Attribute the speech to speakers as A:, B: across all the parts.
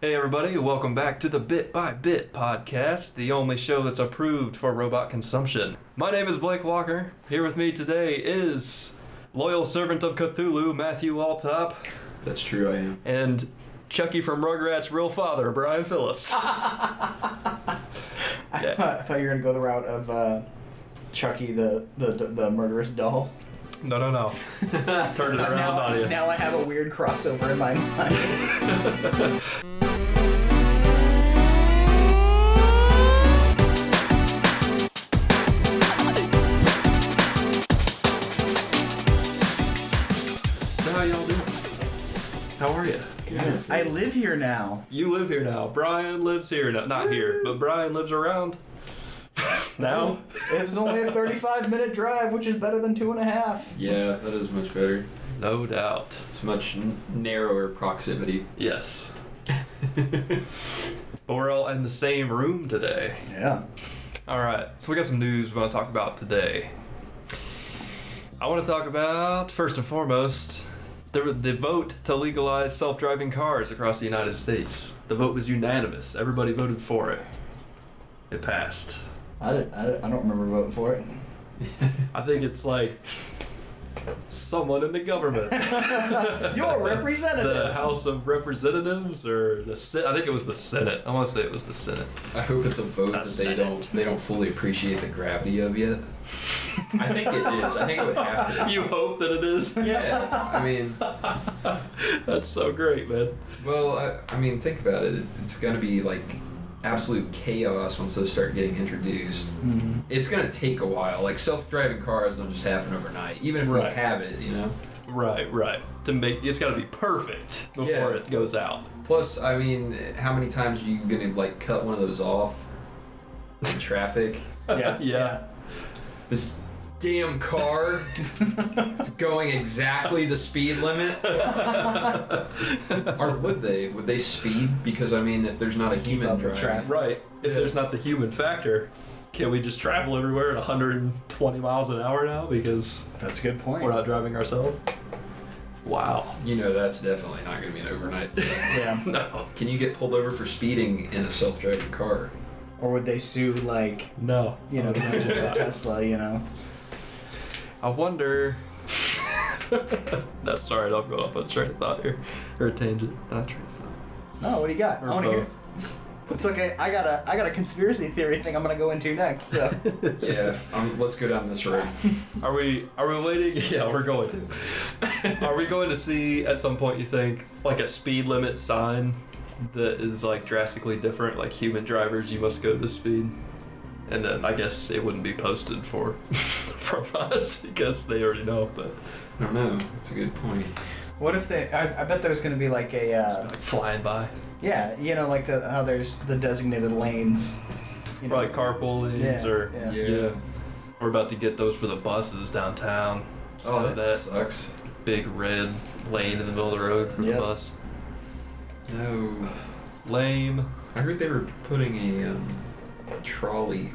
A: Hey, everybody, welcome back to the Bit by Bit podcast, the only show that's approved for robot consumption. My name is Blake Walker. Here with me today is loyal servant of Cthulhu, Matthew Altop,
B: That's true, I am.
A: and Chucky from Rugrats' real father, Brian Phillips.
C: I,
A: Yeah.
C: thought, I thought you were gonna go the route of uh, Chucky, the, the the murderous doll.
A: No, no, no. Turned it around
C: now,
A: on you.
C: now I have a weird crossover in my mind.
B: So how y'all doing? How are you?
C: I live here now.
A: You live here now. Brian lives here now. Not here, but Brian lives around. now?
C: It was only a 35 minute drive, which is better than two and a half.
B: Yeah, that is much better.
A: No doubt.
B: It's much n- narrower proximity.
A: Yes. but we're all in the same room today.
C: Yeah.
A: All right, so we got some news we want to talk about today. I want to talk about first and foremost the, the vote to legalize self-driving cars across the United States. The vote was unanimous. Everybody voted for it. It passed.
C: I, did, I, I don't remember voting for it.
A: I think it's like someone in the government.
C: You're a
A: the
C: representative.
A: House of Representatives or the Sen- I think it was the Senate. I want to say it was the Senate.
B: I hope it's a vote that they
A: Senate.
B: don't they don't fully appreciate the gravity of yet. I think it is. I think it would have to.
A: You hope that it is.
B: Yeah. I mean,
A: That's so great, man.
B: well, I, I mean, think about it. It's gonna be like absolute chaos once those start getting introduced.
C: Mhm.
B: It's gonna take a while. Like self-driving cars don't just happen overnight. Even if
A: Right.
B: we have it, you know.
A: Right, right. To make it's got to be perfect before
B: Yeah.
A: it goes out.
B: Plus, I mean, how many times are you gonna like cut one of those off in traffic?
C: yeah.
A: yeah.
B: This damn car, it's going exactly the speed limit. or would they? Would they speed? Because I mean, if there's not a
C: keep
B: human
C: up with
B: driving,
C: traffic.
A: Right. If there's not the human factor, can we just travel everywhere at 120 miles an hour now because
C: That's a good point.
A: we're not driving ourselves? Wow.
B: you know that's definitely not gonna be an overnight. thing.
C: yeah.
A: No.
B: Can you get pulled over for speeding in a self-driving car?
C: Or would they sue like
A: No.
C: you know
A: I would imagine not.
C: Tesla? You know.
A: I wonder. That's sorry, I'll go off on a train of thought here. Or a tangent. Not a train of thought.
C: No. What do you got?
A: Or
C: I want to hear.
A: both.
C: It's okay. I got a I got a conspiracy theory thing I'm gonna go into next. So.
B: Yeah, um, let's go down this road.
A: Are we are we waiting? Yeah, we're going to. are we going to see at some point you think like a speed limit sign that is like drastically different like human drivers you must go this speed. And then I guess it wouldn't be posted for from us because they already know, but
B: I don't know. That's a good point.
C: What if they? I, I bet there's going to be like a,
A: like
C: uh,
A: flying by.
C: yeah, you know, like the, how there's the designated lanes. You know,
A: Probably carpool lanes
C: Yeah,
A: or
C: yeah.
A: yeah. We're about to get those for the buses downtown.
B: Oh, that,
A: that
B: sucks.
A: big red lane in the middle of the road for
C: Yep.
A: the bus.
B: No.
A: Lame.
B: I heard they were putting a um, trolley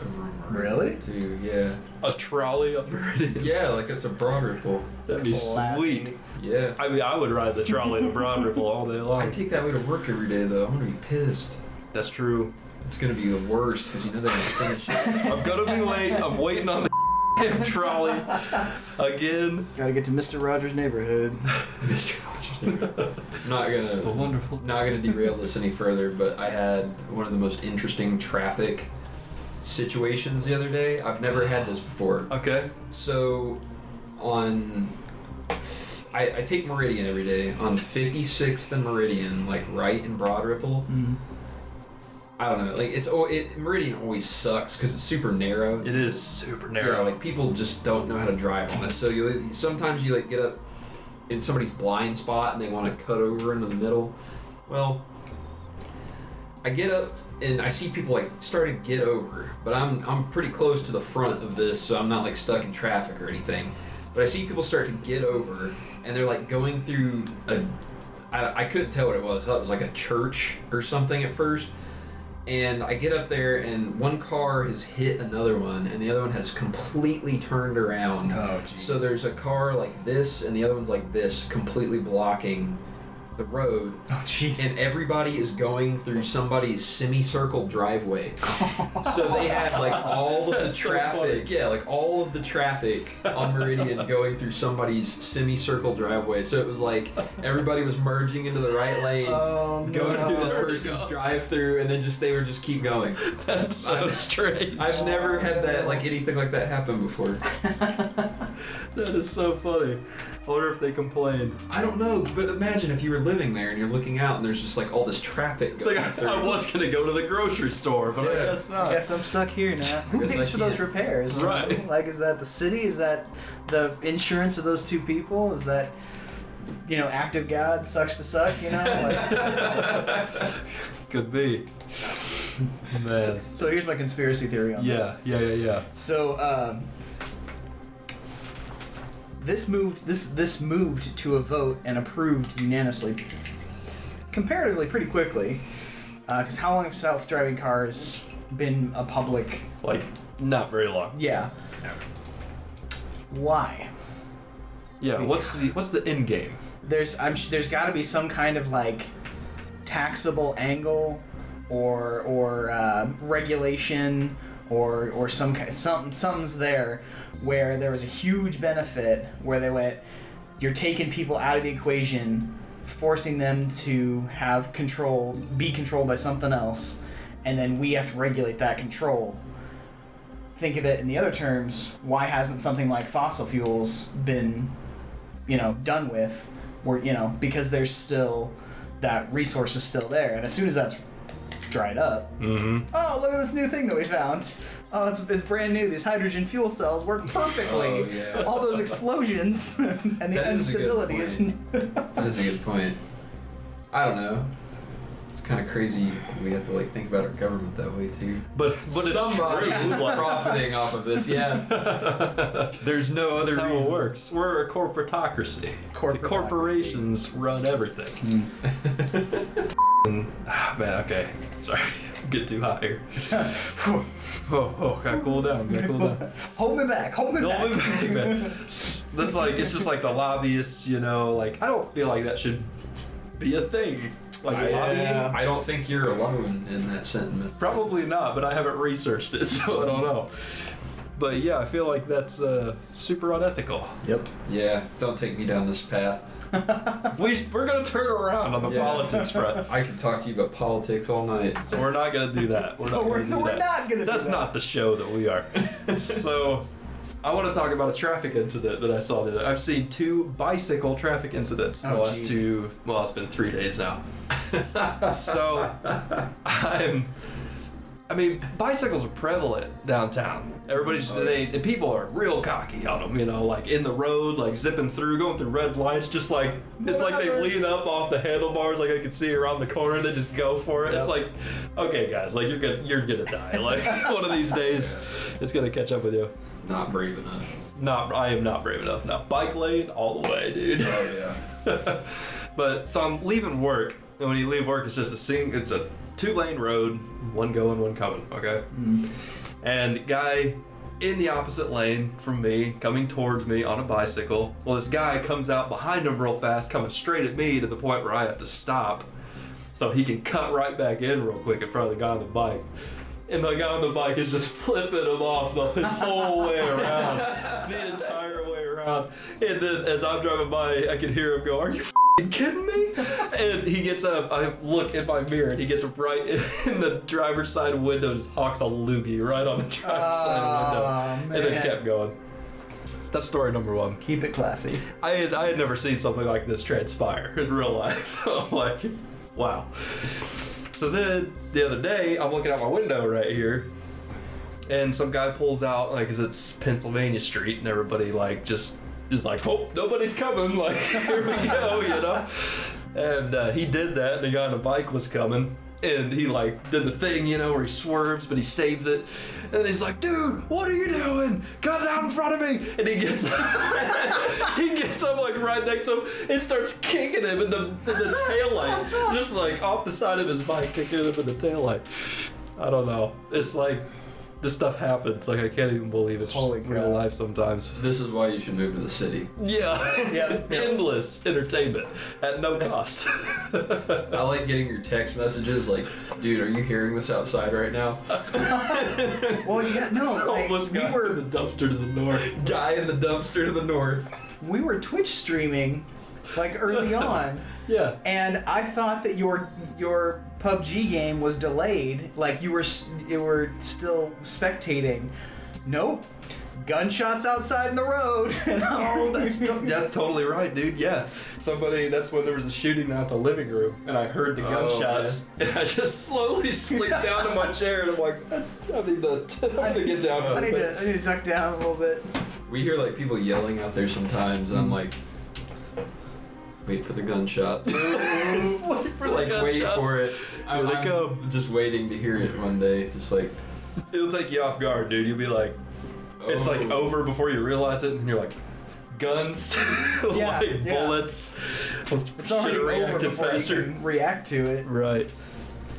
B: over them.
C: Really?
B: Too. Yeah.
A: A trolley up there.
B: Yeah, like it's a broad ripple.
A: That'd be
C: Classy.
A: sweet.
B: Yeah.
A: I mean, I would ride the trolley to Broad Ripple all day
B: I
A: long.
B: take that way to work every day though. I'm gonna be pissed.
A: That's true.
B: It's gonna be the worst because you know they're gonna finish it.
A: I'm gonna be late. I'm waiting on the damn trolley again.
C: Got to get to Mister Rogers' neighborhood.
B: not
A: It's a
B: gonna
A: wonderful.
B: not gonna derail this any further, but I had one of the most interesting traffic situations the other day. I've never had this before.
A: Okay.
B: So, on. I, I take Meridian every day. On 56th and Meridian, like right in Broad Ripple.
C: Mm-hmm.
B: I don't know. Like, it's. al- It, Meridian always sucks because it's super narrow.
A: It is super
B: Yeah,
A: narrow.
B: like people just don't know how to drive on it. So you sometimes you like get up in somebody's blind spot and they want to cut over into the middle. Well, I get up and I see people like starting to get over, but I'm I'm pretty close to the front of this, so I'm not like stuck in traffic or anything. But I see people start to get over, and they're like going through a. I, I couldn't tell what it was. I thought it was like a church or something at first and I get up there, and one car has hit another one, and the other one has completely turned around.
C: Oh, jeez.
B: so there's a car like this, and the other one's like this, completely blocking the road,
C: Oh jeez.
B: and everybody is going through somebody's semicircle driveway. so they had like all of the
A: That's so
B: traffic, yeah, like all of the traffic on Meridian going through somebody's semicircle driveway. So it was like everybody was merging into the right lane.
C: Oh no.
B: Going through this
A: There we
B: person's
A: go.
B: drive-through, and then just they would just keep going.
A: That's so
B: I've-
A: strange.
B: I've never had that like anything like that happen before.
A: That is so funny. I wonder if they complained.
B: I don't know, but imagine if you were living there and you're looking out and there's just like all this traffic.
A: It's like
B: Going
A: I,
B: through.
A: I was gonna go to the grocery store, but I
B: Yeah.
A: guess not.
C: I guess I'm stuck here now. Who
B: Guess I
C: pays for those
B: can't.
C: repairs?
A: Right.
C: Like, is that the city? Is that the insurance of those two people? Is that, you know, act of God sucks to suck? You know.
A: Could be. Man.
C: Like, so here's my conspiracy theory on this.
A: Yeah, yeah, yeah, yeah.
C: So um, this moved this this moved to a vote and approved unanimously, comparatively pretty quickly, because how long have self-driving cars been a public?
A: Like, not very long.
C: Yeah. Why?
A: Yeah. What's the What's the end game?
C: There's I'm sh- there's got to be some kind of like taxable angle, or or uh, regulation. Or, or some kind, something something's there where there was a huge benefit where they went you're taking people out of the equation, forcing them to have control, be controlled by something else, and then we have to regulate that control. Think of it in the other terms, why hasn't something like fossil fuels been, you know, done with? Or, you know, because there's still that resource is still there. And as soon as that's dried up,
A: Mm-hmm.
C: oh, look at this new thing that we found. Oh, it's, it's brand new. These hydrogen fuel cells work perfectly.
B: Oh, yeah.
C: All those explosions and the
B: That is a good
C: instability is.
B: That is a good point. I don't know. It's kind of crazy. We have to like think about our government that way too.
A: But but
B: somebody
A: it's true,
B: is
A: like-
B: profiting off of this. Yeah. There's no other
A: That's how
B: reason.
A: it works. We're a corporatocracy.
C: Corporatocracy.
A: The corporations run
C: Hmm.
A: everything. And- ah, man, okay. Sorry. Get too hot here. oh, oh, gotta cool down. Gotta cool down.
C: Hold me back. Hold me
A: No,
C: back.
A: we're back, man. That's like it's just like the lobbyists, you know. Like I don't feel like that should be a thing. Like
B: I,
A: lobbying,
C: Yeah.
B: I don't think you're alone in that sentiment.
A: probably not, but I haven't researched it, so I don't know. But yeah, I feel like that's uh, super unethical.
C: Yep.
B: Yeah. Don't take me down this path.
A: We we're gonna turn around on the
B: Yeah.
A: politics front,
B: I could talk to you about politics all night.
A: so we're not gonna do that. We're
C: So
A: not
C: we're-
A: gonna
C: so
A: do
C: we're
A: that.
C: not gonna do
A: That's
C: that.
A: not the show that we are. so. I want to talk about a traffic incident that I saw the other. I've seen two bicycle traffic incidents in the
C: Oh,
A: last
C: jeez.
A: two. Well, it's been three days now. so I'm I mean bicycles are prevalent downtown everybody's
B: Oh, yeah.
A: they and people are real cocky on them you know like in the road like zipping through going through red lights just like it's like they
C: Whatever.
A: lean up off the handlebars like I can see around the corner and they just go for it it's
C: Yep.
A: like okay guys like you're gonna you're gonna die like one of these days it's gonna catch up with you
B: Not brave enough.
A: not I am not brave enough now bike lane all the way dude
B: Oh yeah.
A: but so I'm leaving work, and when you leave work, it's just a sing. It's a two-lane road, one going, one coming. Okay. And guy in the opposite lane from me, coming towards me on a bicycle. Well, this guy comes out behind him real fast, coming straight at me to the point where I have to stop, so he can cut right back in real quick in front of the guy on the bike. And the guy on the bike is just flipping him off the his whole way around, the entire way around. And then as I'm driving by, I can hear him go, "Are you you kidding me? And he gets up. I look in my mirror, and he gets up right in the driver's side window. Just hawks a loogie right on the driver's side window,
C: Oh,
A: and then
C: man.
A: kept going. That's story number one.
C: Keep it classy.
A: I had I had never seen something like this transpire in real life. I'm like, wow. So then the other day, I'm looking out my window right here, and some guy pulls out like, 'cause it's Pennsylvania Street, and everybody like just is like, oh, nobody's coming. Like here we go, you know. And uh, he did that, and the guy on the bike was coming. And he like did the thing, you know, where he swerves, but he saves it. And he's like, "Dude, what are you doing? Cut it out in front of me!" And he gets he gets up like right next to him and starts kicking him in the, in the taillight. Just like off the side of his bike, kicking him in the taillight. I don't know. It's like This stuff happens. Like I can't even believe it's
C: Holy
A: just
C: crap.
A: real life sometimes.
B: This is why you should move to the city.
A: Yeah.
C: Yeah.
A: Endless entertainment at no cost.
B: I like getting your text messages like, dude, are you hearing this outside right now?
C: Well, yeah, no. Like,
A: Almost
C: we
A: got
C: were
A: the dumpster to the north.
B: Guy in the dumpster to the north.
C: we were Twitch streaming, like early on,
A: Yeah.
C: and I thought that your your PUBG game was delayed. Like you were s- you were still spectating. Nope. Gunshots outside in the road. And I'm
A: Oh, that's, to- that's totally right, dude. Yeah. Somebody, that's when there was a shooting out the living room, and I heard the
B: Oh,
A: gunshots, and I just slowly slinked down to my chair, and I'm like, I need to, I need to get down.
C: I need to I need to duck down a little bit.
B: We hear like people yelling out there sometimes, and I'm like, wait for the gunshots.
A: wait for
B: like, wait for it. I'm,
A: Here they
B: I'm
A: come.
B: just waiting to hear it one day. Just like,
A: It'll take you off guard, dude. You'll be like, it's like
B: oh.
A: over before you realize it, and you're like, guns,
C: Yeah,
A: like
C: yeah.
A: bullets.
C: It's already over before you can react to it.
A: Right.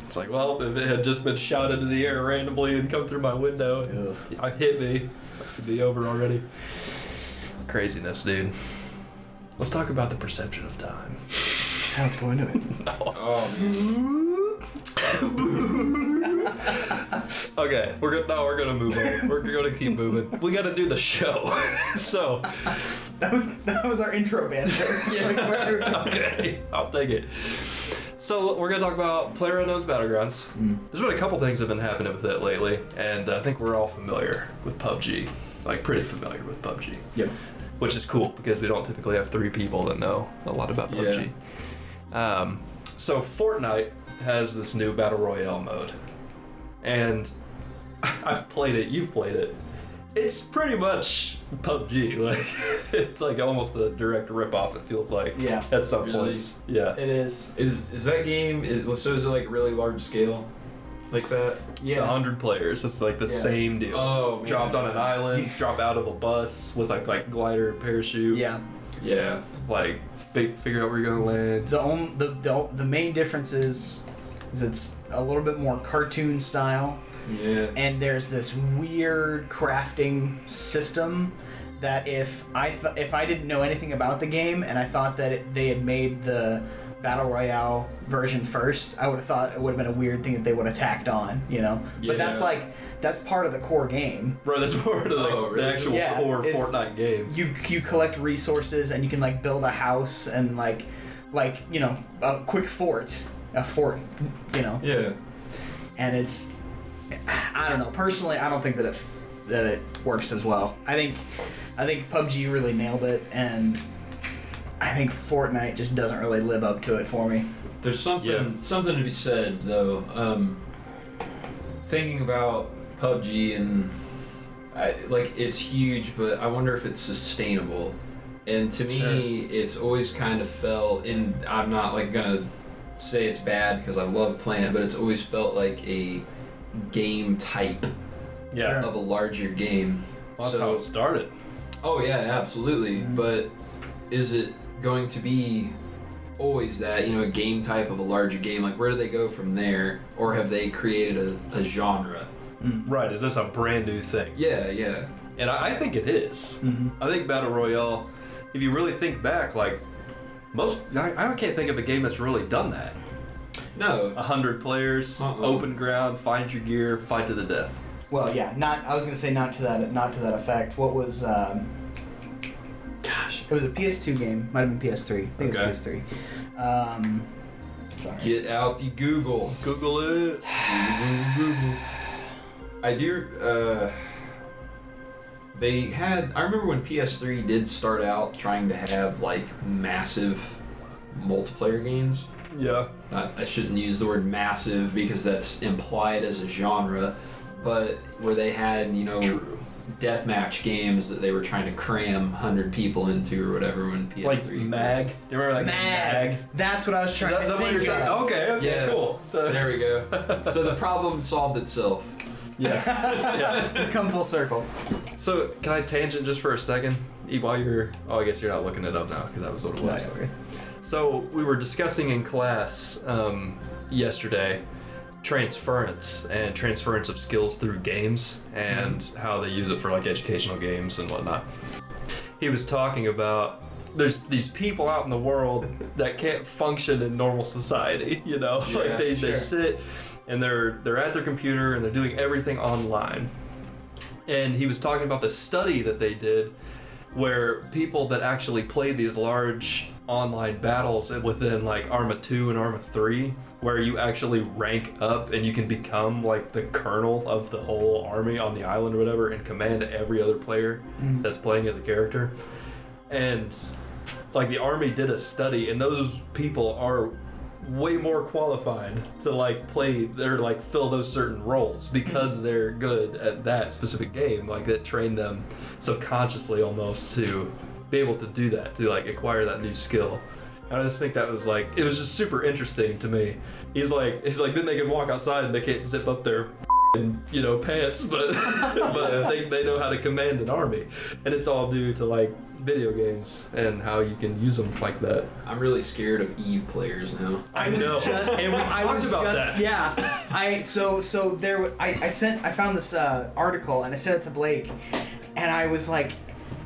A: It's like, well, if it had just been shot into the air randomly and come through my window,
B: oh.
A: and I hit me, it'd be over already. Craziness, dude. Let's talk about the perception of time.
C: Now let's go into it.
B: Oh, man.
A: Okay, we're gonna no, we're gonna move on. We're gonna keep moving. We gotta do the show. so,
C: That was that was our intro banter. It's like, where-
A: okay, I'll take it. So we're gonna talk about PlayerUnknown's Battlegrounds. There's been a couple things that have been happening with it lately, and I think we're all familiar with PUBG, like pretty familiar with PUBG.
C: yep.
A: which is cool because we don't typically have three people that know a lot about PUBG. Um, so Fortnite has this new battle royale mode, and I've played it. You've played it. It's pretty much PUBG. Like it's like almost a direct ripoff. It feels like
C: Yeah.
A: at some
B: Really?
A: points. Yeah.
C: It is.
B: Is is that game? Is so is it like really large scale, like that?
A: It's
C: Yeah.
A: 100 players. It's like the
C: Yeah.
A: same deal.
B: Oh, man.
A: dropped on an island,
C: Yeah.
A: drop out of a bus with like like glider parachute.
C: Yeah.
B: Yeah.
A: Like fi- figure out where you're gonna land.
C: The only the, the the main difference is is it's a little bit more cartoon style,
B: Yeah.
C: and there's this weird crafting system that if I th- if I didn't know anything about the game and I thought that it, they had made the battle royale version first, I would have thought it would have been a weird thing that they would have tacked on, you know. But that's
B: Yeah.
C: like that's part of the core game.
A: Bro, that's more to like
B: Oh, really?
A: the actual
C: Yeah,
A: core
C: it's-
A: Fortnite game.
C: you you collect resources and you can like build a house and like like you know a quick fort a fort you know
B: Yeah.
C: and it's i don't know personally i don't think that it that it works as well i think i think pubg really nailed it and i think fortnite just doesn't really live up to it for me
B: There's something
A: Yeah.
B: something to be said though. Um, thinking about PUBG and I, like it's huge, but I wonder if it's sustainable. And to me, it's always kind of felt, and I'm not like gonna say it's bad because I love playing it, but it's always felt like a game type
C: Yeah.
B: of a larger game. So-
A: started.
B: Oh yeah, absolutely. But is it going to be always that, you know, a game type of a larger game? Like where do they go from there? Or have they created a, a genre?
A: Right, is this a brand new thing?
B: Yeah, yeah.
A: And I, I think it is. I think Battle Royale, if you really think back, like, most, I, I can't think of a game that's really done that.
B: No.
A: 100 players,
B: Uh-uh.
A: open ground, find your gear, fight to the death.
C: well yeah not i was gonna say not to that not to that effect what was um
B: Gosh.
C: it was a ps2 game might have been ps3 i think
B: Okay.
C: it was ps3 um sorry
B: Get out the Google.
A: Google it.
B: I do uh they had I remember when PS3 did start out trying to have like massive multiplayer games.
A: Yeah.
B: I, I shouldn't use the word massive because that's implied as a genre, but where they had, you know, deathmatch games that they were trying to cram 100 people into or whatever when PS3
A: Like
B: was-
A: Mag. Do you remember like
C: Mag. That's what I was trying
A: That,
C: to
A: that what
C: think
A: you're trying-
C: of.
A: Okay, okay,
B: Yeah.
A: cool. So,
B: There we go. so the problem solved itself.
A: yeah.
C: It's come full circle.
A: So, can I tangent just for a second? E, While you're, oh, I guess you're not looking it up now because that was what it was. So we were discussing in class um, yesterday transference and transference of skills through games and
B: Mm-hmm.
A: how they use it for like educational games and whatnot. He was talking about there's these people out in the world that can't function in normal society, you know?
B: Yeah,
A: like they,
B: sure.
A: they sit and they're they're at their computer and they're doing everything online. And he was talking about the study that they did where people that actually played these large online battles within like Arma 2 and Arma 3, where you actually rank up and you can become like the colonel of the whole army on the island or whatever and command every other player that's playing as a character. And like the army did a study and those people are way more qualified to like play or like fill those certain roles because they're good at that specific game like that trained them subconsciously almost to be able to do that to like acquire that new skill and i just think that was like it was just super interesting to me he's like he's like then they can walk outside and they can't zip up their and you know pants but but they, they know how to command an army and it's all due to like video games and how you can use them like that
B: I'm really scared of Eve players now.
C: I was
A: know.
C: just.
A: And we
C: I
A: talked
C: was
A: about that.
C: just. Yeah. I so so there. w- I, I sent. I found this uh, article and I sent it to Blake, and I was like,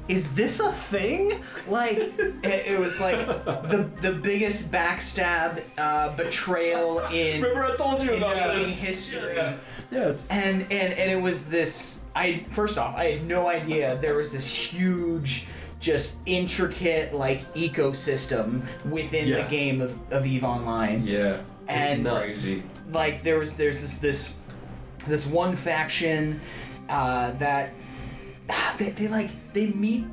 C: "Is this a thing?" Like it, it was like the the biggest backstab uh, betrayal in
A: Remember I told you
C: in
A: about
C: gaming
A: this.
C: history.
A: Yeah. Yes.
C: and and and it was this i first off i had no idea there was this huge just intricate like ecosystem within
A: Yeah.
C: the game of, of eve online
B: Yeah.
C: And-
B: it's
A: Nuts.
B: crazy.
C: like there was there's this this this one faction uh, that they, they like they meet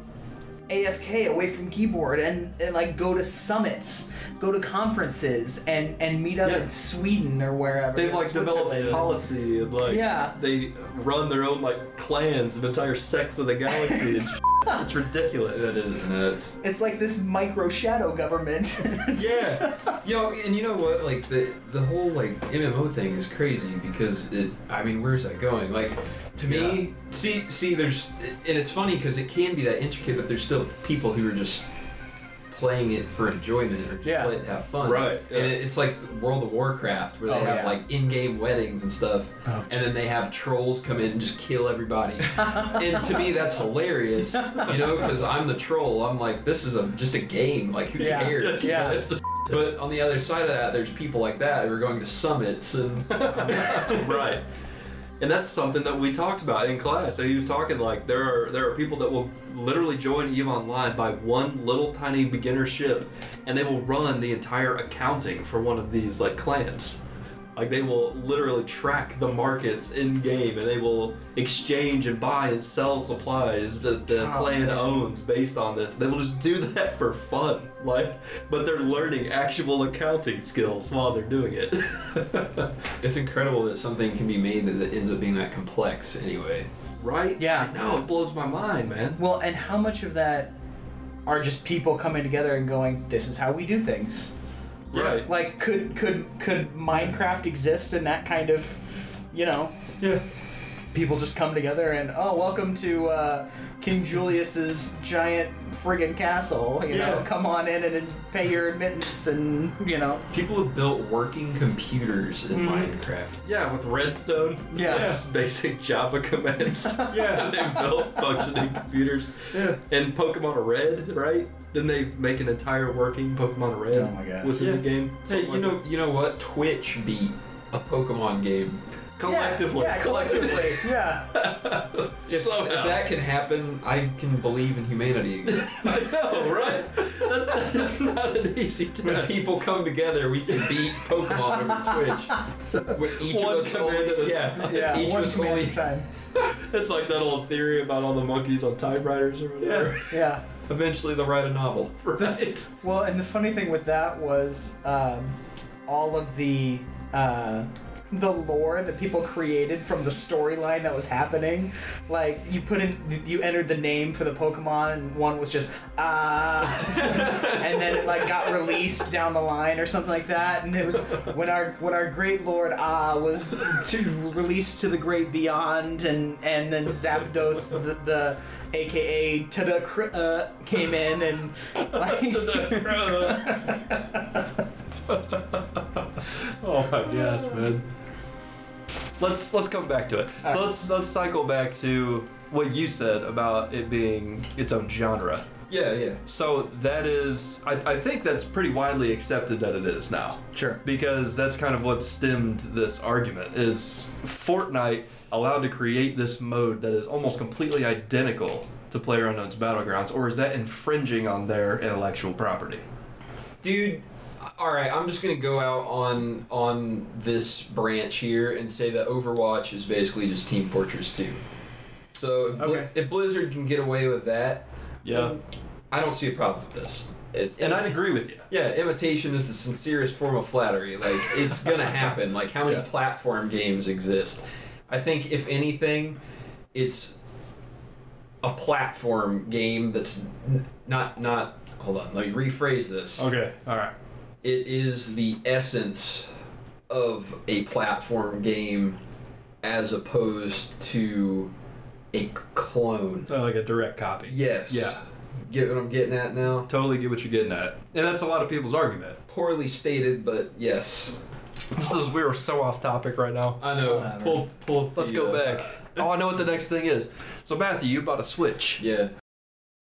C: AFK away from keyboard and, and like go to summits, go to conferences and and meet up
A: Yeah.
C: in Sweden or wherever.
A: They've like developed
C: Switzerland.
A: a policy and like
C: Yeah.
A: they run their own like clans and entire sects of the galaxy. and shit. it's ridiculous.
B: That is nuts.
C: It's like this micro shadow government.
B: yeah. Yo, and you know what? Like the the whole like MMO thing is crazy because it. I mean, where's that going? Like, to me, see, see, there's, and it's funny because it can be that intricate, but there's still people who are just playing it for enjoyment or just
C: Yeah.
B: play it to have fun.
A: Right, yeah.
B: And it, it's like World of Warcraft where they
C: Oh,
B: have
C: yeah.
B: like in-game weddings and stuff,
C: Oh,
B: and then they have trolls come in and just kill everybody. and to me, that's hilarious. You know, because I'm the troll. I'm like, this is a just a game. Like, who
C: Yeah.
B: cares?
C: Yeah.
B: It's a- But on the other side of that, there's people like that who are going to summits and
A: right. And that's something that we talked about in class. So he was talking like there are there are people that will literally join Eve Online by one little tiny beginner ship, and they will run the entire accounting for one of these like clans. Like they will literally track the markets in game, and they will exchange and buy and sell supplies that the
C: Oh,
A: clan
C: man.
A: owns based on this. They will just do that for fun, like. But they're learning actual accounting skills while they're doing it.
B: it's incredible that something can be made that- that ends up being that complex anyway.
A: right?
C: Yeah.
A: No, it blows my mind, man.
C: Well, and how much of that are just people coming together and going, "This is how we do things."
A: Right.
C: Like, could could could Minecraft exist in that kind of, you know,
A: Yeah.
C: people just come together and, "Oh, welcome to uh, King Julius's giant friggin' castle." You know,
A: Yeah.
C: come on in and, and pay your admittance, and you know,
B: People have built working computers in Minecraft.
A: Yeah, with redstone. It's
C: Yeah.
A: not just basic Java commands.
B: Yeah.
A: they built functioning computers.
B: Yeah.
A: And Pokemon Red, right? Then they make an entire working Pokemon Red
C: Oh my gosh.
A: within the game.
B: Hey,
A: Something
B: you
A: like
B: know, you know what? Twitch beat a Pokemon game.
A: that. collectively.
C: yeah, yeah, collectively, yeah.
B: If,
A: Somehow.
B: if that can happen, I can believe in humanity. again.
A: I know, right? That- That's not an easy
B: when
A: task.
B: people come together, we can beat Pokemon over Twitch. With each
A: One
B: of us
A: command
B: only,
A: at a
B: yeah,
A: time.
C: Yeah,
B: each of
C: one
B: us
C: command
B: only
C: at a time.
A: It's like that old theory about all the monkeys on typewriters or whatever.
C: Yeah.
B: Eventually, they'll write a novel.
A: Right.
C: Well, and the funny thing with that was um, all of the uh, the lore that people created from the storyline that was happening. Like you put in, you entered the name for the Pokemon, and one was just ah, and then it like got released down the line or something like that. And it was when our when our great lord Ah was to released to the great beyond, and and then Zapdos the. the AKA Tada Kr- uh, came in and like
A: oh my gosh, man. let's let's come back to it.
C: All
A: so
C: right.
A: let's let's cycle back to what you said about it being its own genre.
B: Yeah, yeah.
A: So that is, I, I think that's pretty widely accepted that it is now.
C: Sure.
A: Because that's kind of what stemmed this argument is Fortnite allowed to create this mode that is almost completely identical to PlayerUnknown's Battlegrounds, or is that infringing on their intellectual property?
B: dude all right i'm just gonna go out on on this branch here and say that overwatch is basically just team fortress 2 so if, Bli-
C: Okay.
B: if blizzard can get away with that then i don't see a problem with this It-
A: and I'd
B: imita-
A: agree with you.
B: yeah imitation is the sincerest form of flattery like it's gonna happen like how many
A: Yeah.
B: platform games exist i think if anything it's a platform game that's n- not not hold on let me rephrase this
A: Okay. All right.
B: it is the essence of a platform game as opposed to a c- clone.
A: like a direct copy.
B: Yes.
A: Yeah.
B: Get what I'm getting at now?
A: Totally get what you're getting at. And that's a lot of people's argument.
B: Poorly stated, but yes.
A: This is, we are so off topic right now.
B: I know.
C: Whatever.
B: Pull, pull.
A: Let's
B: the,
A: go
B: uh,
A: back. Oh, I know what the next thing is. So, Matthew, you bought a Switch.
B: Yeah.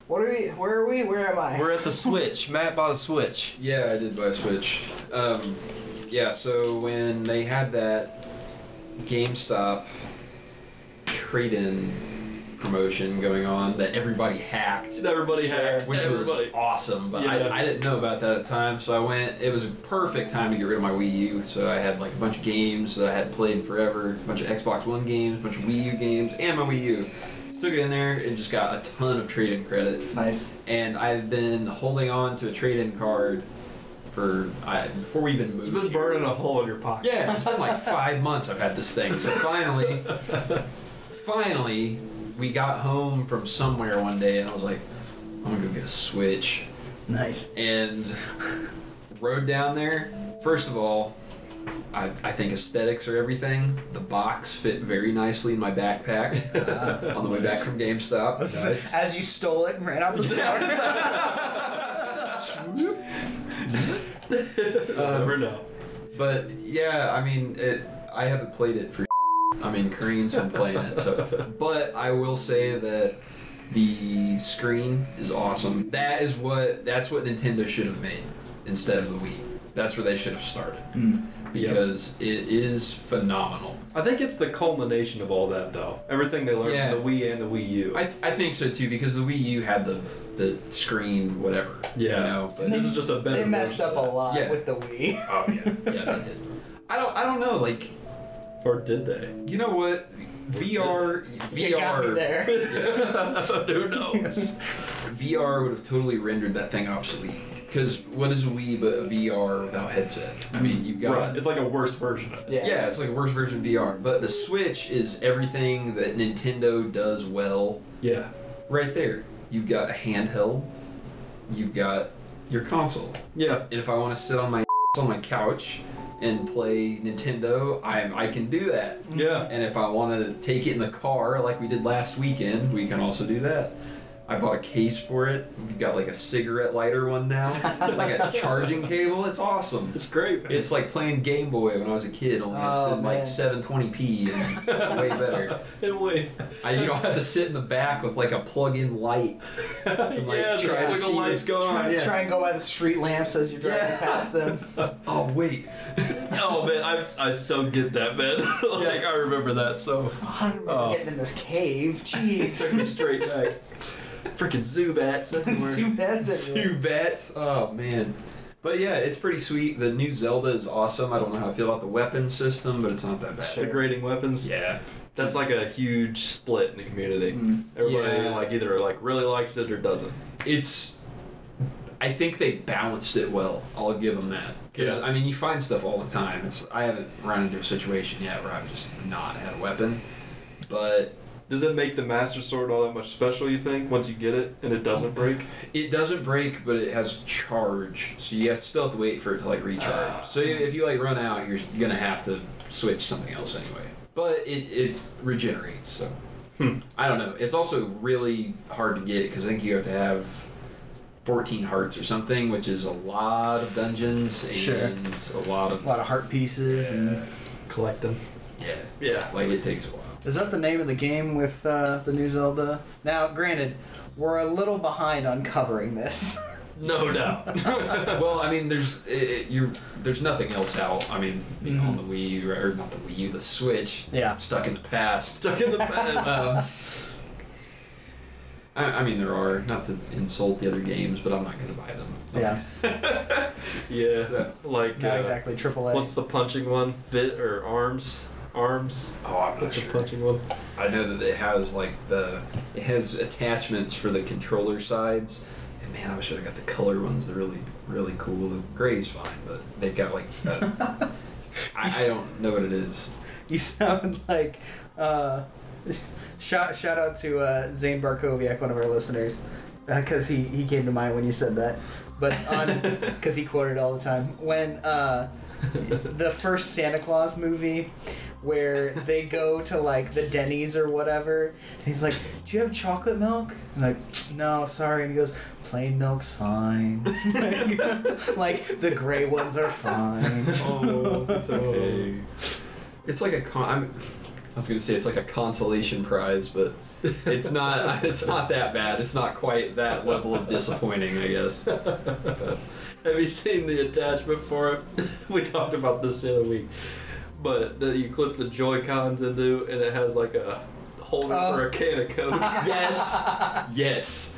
C: What are we? Where are we? Where am I?
A: We're at the Switch. Matt bought a Switch.
B: Yeah, I did buy a Switch. Um, yeah, so when they had that GameStop trade in promotion going on that everybody hacked.
A: Everybody hacked.
B: which
A: Everybody.
B: was awesome. But
A: Yeah.
B: I, I didn't know about that at the time, so I went. It was a perfect time to get rid of my Wii U. So I had like a bunch of games that I hadn't played in forever, a bunch of Xbox One games, a bunch of Wii U games, and my Wii U. Just took it in there and just got a ton of trade-in credit.
C: nice.
B: And I've been holding on to a trade-in card for I, before we even moved.
A: It's been
B: here.
A: burning a hole in your pocket.
B: Yeah, it's been like five months I've had this thing. So finally, finally, we got home from somewhere one day, and I was like, I'm gonna go get a Switch.
C: Nice.
B: And rode down there. First of all, I, I think aesthetics are everything. The box fit very nicely in my backpack on the way back from GameStop.
A: Nice.
C: As you stole it and ran out the store.
A: Never know.
B: But yeah, I mean, it. I haven't played it for. I mean, Kareen's been playing it, so. But I will say that the screen is awesome. That is what. That's what Nintendo should have made instead of the Wii. That's where they should have started
C: Hmm.
B: because it is phenomenal.
A: I think it's the culmination of all that, though. Everything they learned
B: Yeah.
A: from the Wii and the Wii U.
B: I, I think so too because the Wii U had the the screen whatever.
A: Yeah.
B: You know, but
A: This is just a better
C: They messed
A: version
C: up
A: of
C: a
A: that.
C: lot
B: Yeah.
C: with the Wii.
B: oh yeah, yeah, they did. I don't. I don't know. Like
A: Or did they?
B: you know what. VR, VR,
C: You got me there.
A: Who knows?
B: VR would have totally rendered that thing obsolete. Because what is a Wii but a VR without headset? I mean, you've got.
A: right. It's like a worse version of it.
C: Yeah.
B: yeah, it's like a worse version of VR. But the Switch is everything that Nintendo does well
A: Yeah.
B: right there. You've got a handheld, you've got your console.
A: Yeah.
B: And if I want to sit on my on my couch and play Nintendo, I, I can do that.
A: Yeah.
B: And if I want to take it in the car, like we did last weekend, we can also do that. I bought a case for it. We've got like a cigarette lighter one now, like a charging cable. It's awesome.
A: It's great. man.
B: It's like playing Game Boy when I was a kid, only
C: Oh,
B: it's in like
C: man.
B: 720p and way better.
A: It wait.
B: I, you don't have to sit in the back with like a plug-in light. And, like,
A: yeah,
B: try to
A: just
B: see
A: wiggle
B: what's
A: lights.
B: going
C: Try,
B: on. Yeah.
C: try and go by the street lamps as you're driving
B: Yeah.
C: past them.
B: Oh wait,
A: Oh man, I, I so get that man. like I remember that so.
C: I remember
A: Oh.
C: getting in this cave.
A: Took me
C: Jeez.
A: straight back. Freaking zoo bats everywhere.
C: Zoo bats everywhere.
B: you bet. Oh man. But yeah, it's pretty sweet. The new Zelda is awesome. I don't know how I feel about the weapon system, but it's not that bad.
A: Degrading weapons.
B: Yeah.
A: That's like a huge split in the community. Everybody
B: Yeah.
A: like either like really likes it or doesn't.
B: it's I think they balanced it well. I'll give them that. Because
A: Yeah.
B: I mean, you find stuff all the time. It's I haven't run into a situation yet where I've just not had a weapon. But
A: Does it make the master sword all that much special? You think once you get it and it doesn't break?
B: it doesn't break, but it has charge, so you have still have to wait for it to like recharge. So you- if you like run out, you're gonna have to switch something else anyway. But it, it regenerates. So
A: Hmm.
B: I don't know. It's also really hard to get because I think you have to have 14 hearts or something, which is a lot of dungeons and
C: Sure.
B: a lot
C: A
B: of
C: lot of heart pieces and
A: Collect them.
B: yeah.
A: Yeah.
B: Like it takes a while.
C: Is that the name of the game with uh, the new Zelda? Now, granted, we're a little behind on covering this.
A: No doubt.
B: well, I mean, there's it, it, you're there's nothing else out. I mean, you know, on the
C: Mhm.
B: Wii U or not the Wii U, the Switch.
C: Yeah.
B: Stuck in the past.
A: Stuck in the past.
B: Um, I, I mean, there are not to insult the other games, but I'm not gonna buy them.
C: yeah,
A: yeah.
B: So-
A: like
C: not
A: uh,
C: exactly AAA.
A: what's the punching one? Fit or arms? Arms.
B: Oh, I'm not
A: What's the
B: sure.
A: punching one?
B: I know that it has like the it has attachments for the controller sides. And man, I wish I got the color ones. They're really really cool. The gray's fine, but they've got like uh, I, I don't know what it is.
C: You sound like. Uh, shout shout out to uh, Zane Barkoviak, one of our listeners, because he he came to mind when you said that. But on because he quoted all the time when uh, the first Santa Claus movie. Where they go to like the Denny's or whatever, and he's like, "Do you have chocolate milk?" And like, "No, sorry." And he goes, "Plain milk's fine. like, the gray ones are fine."
A: Oh, it's okay.
B: It's like a con. I'm, I was gonna say it's like a consolation prize, but it's not. It's not that bad. It's not quite that level of disappointing, I guess.
A: Have you seen the attachment for it? we talked about this the other week, but that you clip the Joy Cons into, and it has like a holder
C: Oh.
A: for a can of Coke.
B: Yes, yes.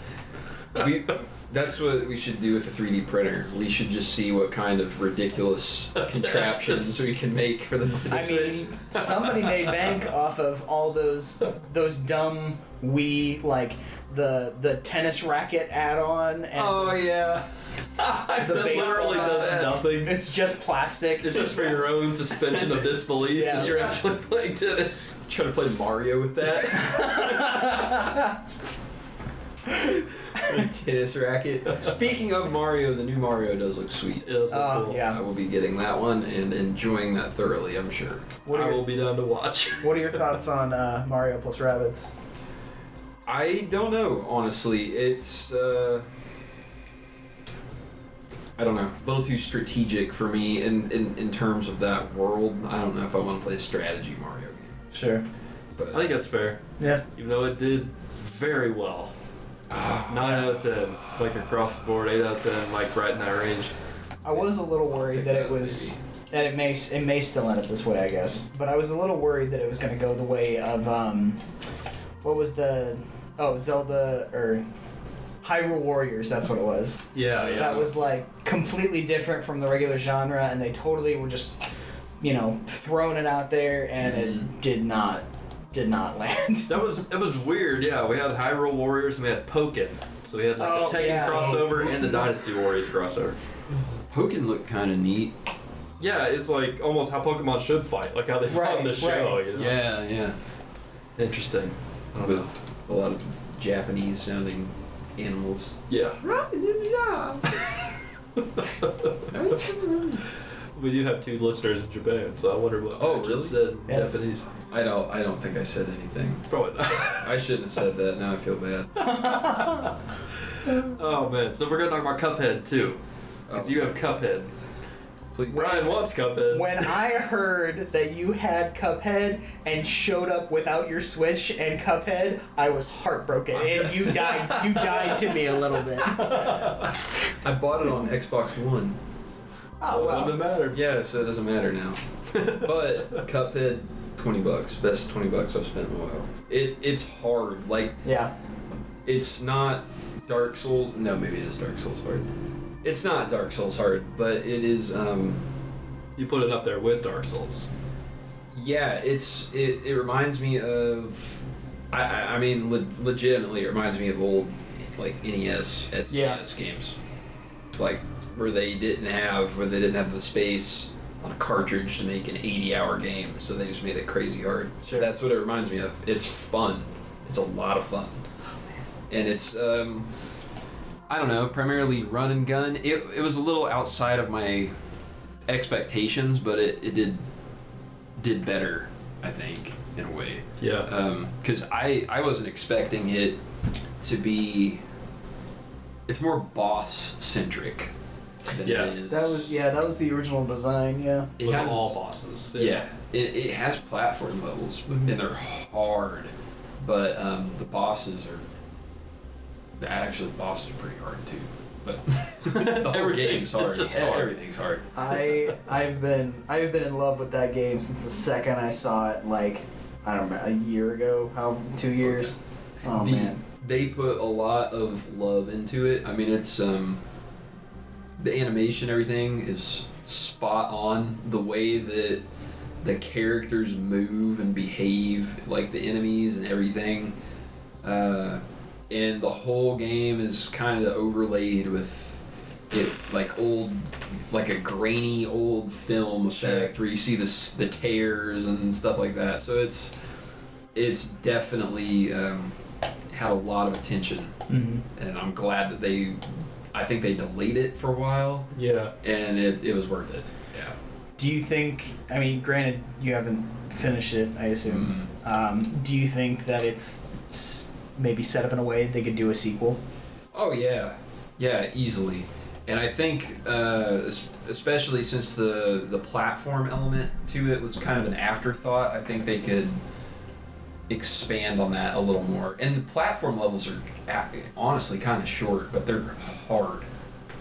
B: We. That's what we should do with a 3D printer. We should just see what kind of ridiculous contraptions we can make for the.
C: I mean, somebody made bank off of all those those dumb Wii like the the tennis racket add-on and
B: oh yeah.
A: that literally
C: baseball
A: does
C: bat.
A: nothing.
C: it's just plastic.
A: It's just for your own suspension of disbelief
C: Yeah.
A: that you're actually playing tennis.
B: Try to play Mario with that tennis racket. Speaking of Mario, the new Mario does look sweet.
A: It was so
C: Oh,
A: cool.
C: yeah.
B: I will be getting that one and enjoying that thoroughly, I'm sure.
C: What are
A: I
C: your-
A: will be down to watch.
C: what are your thoughts on uh, Mario plus rabbits?
B: I don't know, honestly. It's uh I don't know. A little too strategic for me in, in, in terms of that world. I don't know if I want to play a strategy Mario game.
C: Sure.
B: But
A: I think that's fair,
C: Yeah.
A: even though it did very well.
B: Ah.
A: Nine out of ten, like across the board. Eight out of ten, like right in that range.
C: I was a little worried that it was that it may it may still end up this way, I guess. But I was a little worried that it was going to go the way of um, what was the oh Zelda or Hyrule Warriors? That's what it was.
A: Yeah,
C: that was like completely different from the regular genre and they totally were just you know throwing it out there and it did not did not land
A: That was that was weird. Yeah, we had Hyrule Warriors and we had Pokken. So we had like
C: Oh,
A: the Tekken
C: yeah.
A: crossover and the Dynasty Warriors crossover.
B: Hoken looked kind of neat.
A: Yeah, it's like almost how Pokemon should fight, like how they fought
C: Right,
A: in the show.
C: right.
A: You know?
B: Yeah, yeah.
A: interesting. I don't know.
B: With a lot of Japanese sounding animals.
A: Yeah, we do have two listeners in Japan, so I wonder what.
B: Oh,
A: I just
B: really?
A: said
C: Yes.
A: Japanese.
B: I don't I don't think I said anything.
A: Probably not.
B: I shouldn't have said that. Now I feel bad.
A: oh man, so we're gonna talk about Cuphead too, because
B: Oh.
A: you have Cuphead.
B: Please.
A: Brian wants Cuphead.
C: when i heard that you had cuphead and showed up without your switch and cuphead i was heartbroken and you died you died to me a little bit
B: I bought it on Xbox One.
C: oh
A: Wouldn't
C: well
A: have mattered.
B: Yeah, so it doesn't matter now. But Cuphead, twenty bucks. Best twenty bucks I've spent in a while. It it's hard. Like
C: yeah
B: it's not Dark Souls. No, maybe it is Dark Souls hard. It's not Dark Souls hard, but it is. um
A: You put it up there with Dark Souls.
B: Yeah, it's it, it reminds me of. I I, I mean, le- legitimately, it reminds me of old like E NES SNES
C: Yeah.
B: games, like where they didn't have where they didn't have the space on a cartridge to make an 80-hour game, so they just made it crazy hard.
A: Sure.
B: That's what it reminds me of. It's fun. It's a lot of fun, and it's um. I don't know, primarily run and gun. It, it was a little outside of my expectations, but it, it did did better, I think, in a way.
A: Yeah. uh,
B: Because Um, I, I wasn't expecting it to be. It's more boss centric. than
A: Yeah.
B: it is.
C: That was yeah, that was the original design. Yeah.
B: It
D: with
B: has-
D: all bosses.
B: Yeah, it, it has platform levels, but
D: Mm-hmm.
B: and they're hard. But um, the bosses are the- actually the bosses are pretty hard too. But the whole
D: Everything
B: game's
D: is
B: hard.
D: just
B: Yeah,
D: hard.
B: Everything's hard.
C: I I've been I've been in love with that game since the second I saw it. Like I don't know, a year ago, how two years. Oh
B: The-
C: man.
B: They put a lot of love into it. I mean, it's um, the animation, everything is spot on. The way that the characters move and behave, like the enemies and everything, uh, and the whole game is kind of overlaid with it, like old, like a grainy old film effect where you see the s- the tears and stuff like that. So it's it's definitely um, had a lot of attention,
C: Mm-hmm.
B: and I'm glad that they. I think they delayed it for a while,
A: Yeah.
B: and it, it was worth it. Yeah.
C: Do you think? I mean, granted, you haven't finished it. I
B: Mm-hmm.
C: assume. Um, do you think that it's s- maybe set up in a way they could do a sequel?
B: Oh yeah, yeah, easily. And I think, uh, es- especially since the the platform element to it was kind of an afterthought, I think they could expand on that a little more. And the platform levels are a- honestly kind of short, but they're hard.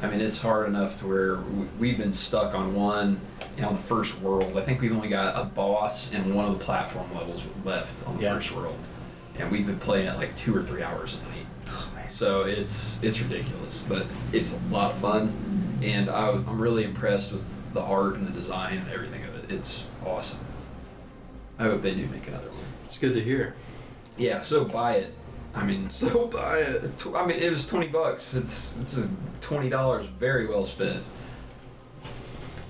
B: I mean, it's hard enough to where w- we've been stuck on one, you know, on the first world. I think we've only got a boss and one of the platform levels left on the
C: Yeah.
B: first world, and we've been playing it like two or three hours a night.
C: Oh, man.
B: So it's it's ridiculous, but it's a lot of fun, and I, w- I'm really impressed with the art and the design and everything of it. It's awesome. I hope they do make another one.
A: It's good to hear.
B: Yeah, so buy it. I mean,
A: So buy it.
B: tw- I mean it was twenty bucks. It's it's a twenty dollars very well spent.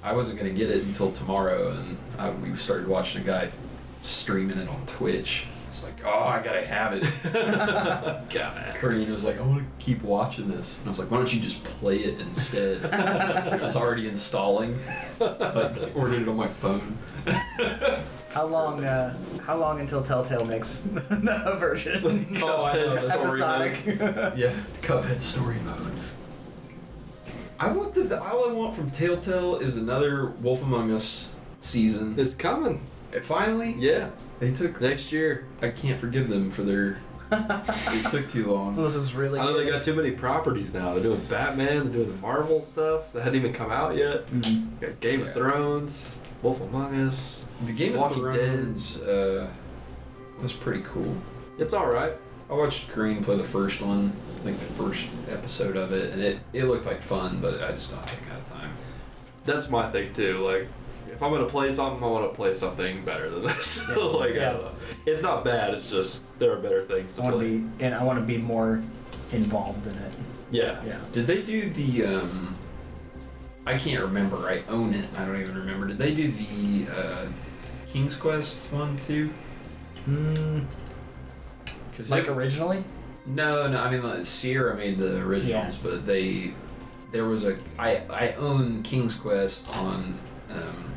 B: I wasn't gonna get it until tomorrow, and I, we started watching a guy streaming it on Twitch. It's like, oh, I gotta have it.
D: God.
B: Kareen was like, I want to keep watching this. And I was like, why don't you just play it instead? I was already installing. Like, ordered it on my phone.
C: How long? Uh, how long until Telltale makes the version?
B: Oh, I know.
A: Story mode.
C: Episodic.
B: Yeah, Cuphead story mode. I want the all I want from Telltale is another Wolf Among Us season.
A: It's coming.
B: And Finally,
A: Yeah.
B: they took.
A: Next year.
B: I can't forgive them for their. it took too long.
C: this is really.
A: I know they
C: good.
A: got too many properties now. They're doing Batman, they're doing the Marvel stuff that hadn't even come out yet.
C: Mhm.
A: got Game
B: Yeah.
A: of Thrones, Wolf Among Us.
B: The Game of
A: Walking
B: Thrones uh, was pretty cool.
A: It's alright.
B: I watched Green play the first one, like the first episode of it, and it, it looked like fun, but I just don't think I had time.
A: That's my thing too. Like, if I'm gonna play something, I want to play something better than this.
C: Yeah.
A: like,
C: Yeah.
A: I don't know. It's not bad. It's just there are better things to
C: I want
A: play.
C: to be, and I want to be more involved in it.
A: yeah.
C: Yeah.
B: Did they do the um I can't remember, I own it, I don't even remember. Did they do the uh King's Quest one too?
C: Mm,
B: 'Cause
C: like
B: they-
C: originally.
B: No, no, I mean like, Sierra made the originals, but they there was a I I own King's Quest on um